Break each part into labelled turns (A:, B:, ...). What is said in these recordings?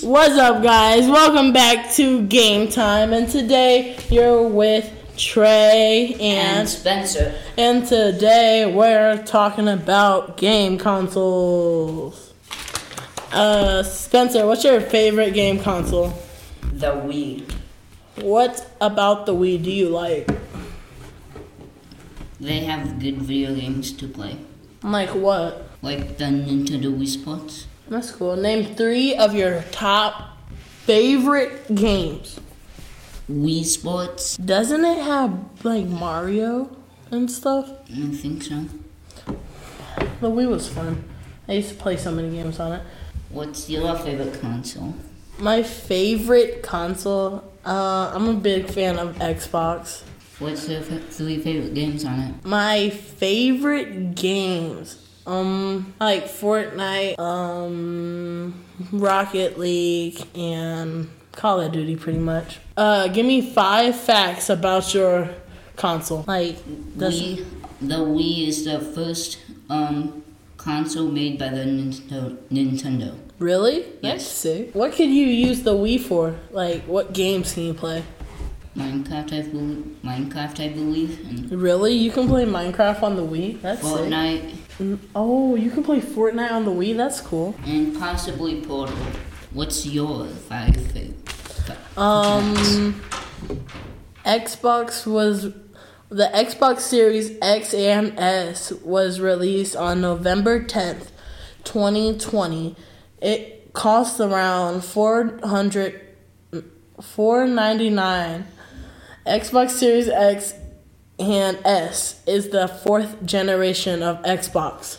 A: What's up, guys? Welcome back to Game Time, and today you're with Trey
B: and
A: and
B: Spencer.
A: and today we're talking about game consoles. Uh, Spencer, what's your favorite game console?
B: The Wii.
A: What about the Wii do you like?
B: They have good video games to play,
A: Like what?
B: like the Nintendo Wii Sports.
A: That's cool. Name three of your top favorite games.
B: Wii Sports?
A: Doesn't it have like Mario and stuff?
B: I don't think so.
A: The Wii was fun. I used to play so many games on it.
B: What's your favorite console?
A: My favorite console, uh, I'm a big fan of Xbox.
B: What's your fa- three favorite games on it?
A: My favorite games, um, like Fortnite, um, Rocket League, and Call of Duty, pretty much. Uh, give me five facts about your console. Like, does
B: Wii. The Wii is the first um, console made by the Nintendo. Nintendo.
A: really?
B: Yes.
A: That's sick. What could you use the Wii for? Like, what games can you play?
B: Minecraft, I believe. Minecraft, I believe, and
A: Really? You can play Minecraft on the Wii? That's sick.
B: Fortnite,
A: Mm, Oh, you can play Fortnite on the Wii. That's cool.
B: and possibly Portal. What's your five favorite?
A: Um, Xbox was the Xbox Series X and S was released on November tenth, twenty twenty. It cost around four hundred four ninety nine. Xbox Series X and S is the fourth generation of Xbox.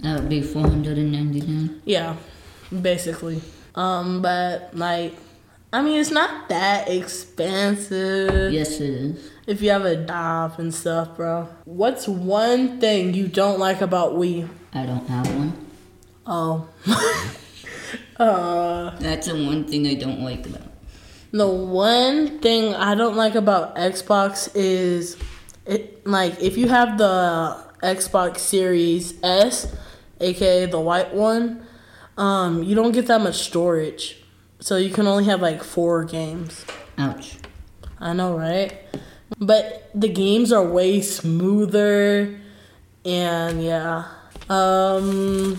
B: That would be 499.
A: Yeah, basically. Um, but like, I mean, it's not that expensive
B: Yes, it is.
A: if you have a job and stuff, bro. What's one thing you don't like about Wii?
B: I don't have one.
A: Oh, uh,
B: That's the one thing I don't like about. it.
A: the one thing I don't like about Xbox is it like if you have the Xbox Series S, aka the white one, um, you don't get that much storage, so you can only have like four games.
B: Ouch.
A: I know, right? But the games are way smoother, and yeah. Um,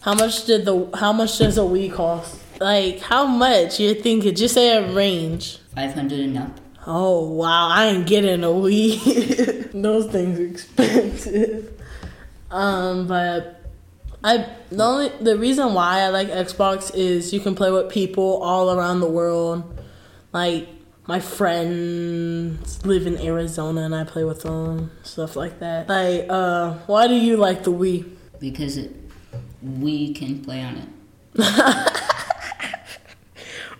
A: how much did the how much does a Wii cost? Like how much you're thinking? Just say a range.
B: 500 and up.
A: Oh wow, I ain't getting a Wii. Those things are expensive. Um, but I the only the reason why I like Xbox is you can play with people all around the world. Like my friends live in Arizona and I play with them, stuff like that. Like, uh, why do you like the Wii?
B: Because it, we can play on it.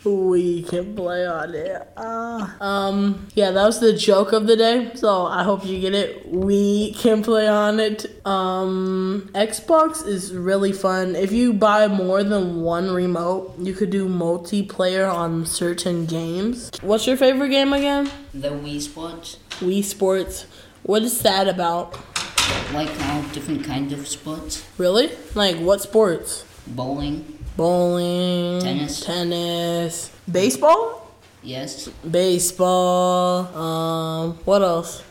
A: We can play on it. Ah. um, yeah, that was the joke of the day. So I hope you get it. We can play on it. Um, Xbox is really fun. If you buy more than one remote, you could do multiplayer on certain games. What's your favorite game again?
B: The Wii Sports,
A: Wii Sports. What is that about?
B: like all different kinds of sports.
A: Really? Like what sports?
B: Bowling,
A: Bowling,
B: Tennis.
A: tennis, baseball.
B: yes.
A: baseball. Um, what else?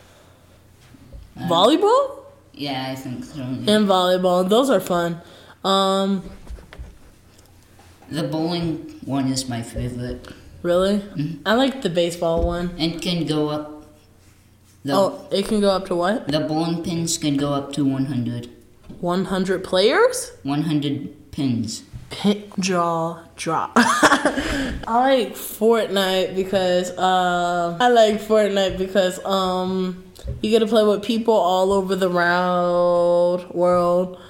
A: Volleyball
B: Yeah, I think so.
A: and volleyball. Those are fun. Um,
B: The bowling one is my favorite.
A: really? I like the baseball one.
B: And can go up. The,
A: Oh, it can go up to what?
B: the bowling pins can go up to 100.
A: 100 players?
B: 100 pins.
A: Pit jaw drop. I like Fortnite because uh, I like Fortnite because um you get to play with people all over the round world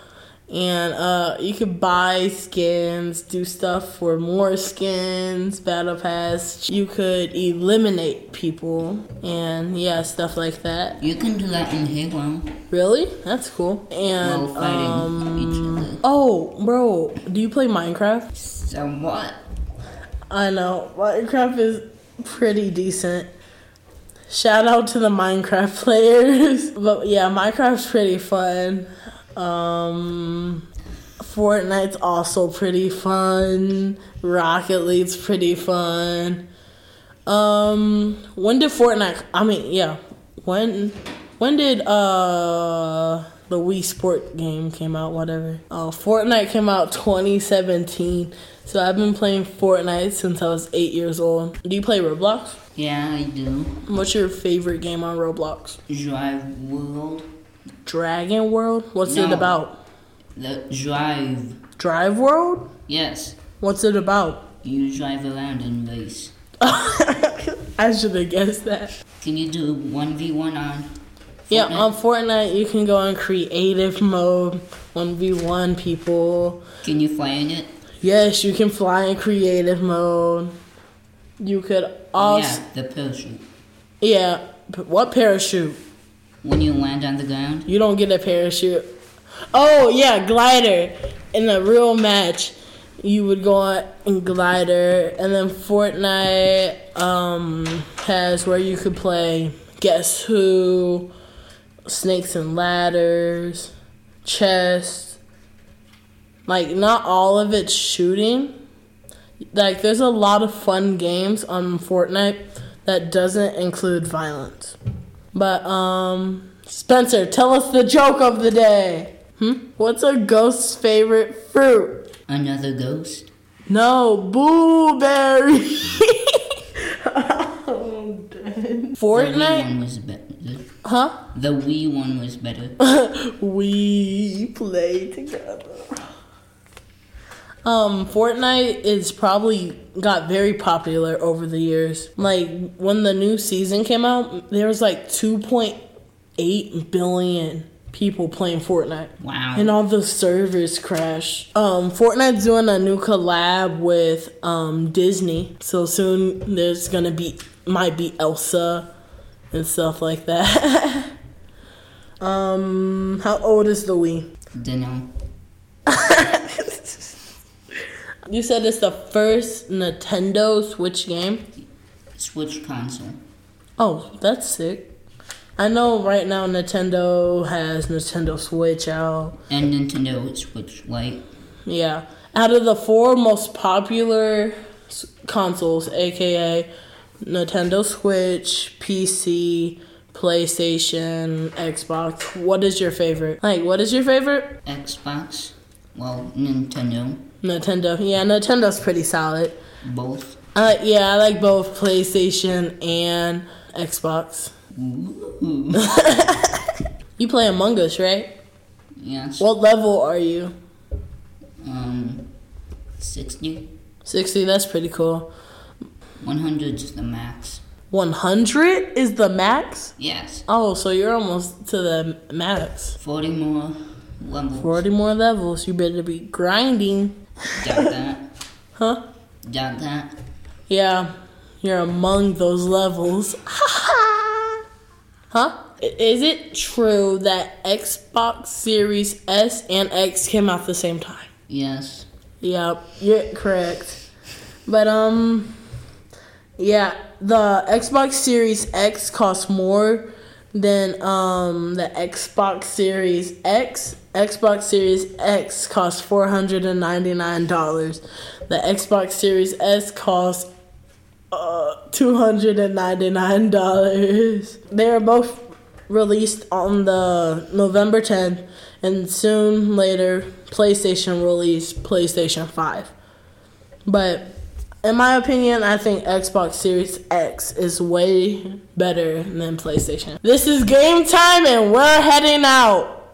A: and uh you can buy skins, do stuff for more skins, battle pass. You could eliminate people and yeah, stuff like that.
B: You can do that in Halo.
A: Really? That's cool.
B: While
A: And
B: fighting
A: um
B: each other.
A: oh, bro, do you play Minecraft?
B: Somewhat.
A: I know. Minecraft is pretty decent. Shout out to the Minecraft players. But yeah, Minecraft's pretty fun. Um Fortnite's also pretty fun. Rocket League's pretty fun. Um, when did Fortnite? I mean, yeah. When when did uh the Wii Sport game came out? Whatever. Uh, Fortnite came out 2017. So I've been playing Fortnite since I was eight years old. Do you play Roblox?
B: Yeah, I do.
A: What's your favorite game on Roblox?
B: Drive World.
A: Dragon World. What's it
B: No.
A: about?
B: The drive.
A: Drive World.
B: Yes.
A: What's it about?
B: You drive around and race.
A: I should have guessed that.
B: Can you do 1v1 on
A: Yeah,
B: Fortnite?
A: on Fortnite you can go in creative mode, one v one people.
B: Can you fly in it?
A: Yes, you can fly in creative mode. You could also
B: yeah, the parachute.
A: yeah. p- What parachute?
B: When you land on the ground?
A: You don't get a parachute. Oh yeah, glider. In a real match, you would go on in glider, and then Fortnite um, has where you could play Guess Who, Snakes and Ladders, Chess. Like not all of it's shooting. Like there's a lot of fun games on Fortnite that doesn't include violence. But um Spencer, tell us the joke of the day. Hmm? What's a ghost's favorite fruit?
B: Another ghost?
A: No, blueberry. oh, dang.
B: The Wii
A: Fortnite?
B: one was better.
A: Huh?
B: The Wii one was better.
A: we play together. Um, Fortnite is probably got very popular over the years. Like when the new season came out, there was like 2.8 billion people playing Fortnite.
B: Wow.
A: And all the servers crash. Um, Fortnite's doing a new collab with um, Disney, so soon there's gonna be might be Elsa and stuff like that. um, how old is the Wii?
B: Dunno.
A: You said it's the first Nintendo Switch game.
B: Switch console.
A: Oh, that's sick. I know right now Nintendo has Nintendo Switch out.
B: And Nintendo Switch Lite.
A: Yeah. Out of the four most popular s- consoles, aka Nintendo Switch, PC, PlayStation, Xbox, what is your favorite? Like, what is your favorite?
B: Xbox. Well, Nintendo.
A: Nintendo. Yeah, Nintendo's pretty solid.
B: Both.
A: Uh, yeah, I like both PlayStation and Xbox.
B: Ooh.
A: You play Among Us, right?
B: yes.
A: What level are you?
B: Um, 60?
A: 60, that's pretty cool.
B: 100 is the max.
A: 100 is the max?
B: Yes.
A: Oh, so you're almost to the max.
B: 40 more levels.
A: 40 more levels. You better be grinding.
B: Doubt that.
A: Huh?
B: Doubt that.
A: Yeah, you're among those levels. huh? I- Is it true that Xbox Series S and X came out the same time?
B: Yes.
A: Yep, you're correct. But, um, yeah, the Xbox Series X costs more than, um, the Xbox Series X. Xbox Series X costs $499. The Xbox Series S costs uh, $299. They are both released on the November 10th and soon later PlayStation released PlayStation 5. But in my opinion, I think Xbox Series X is way better than PlayStation. This is game time and we're heading out.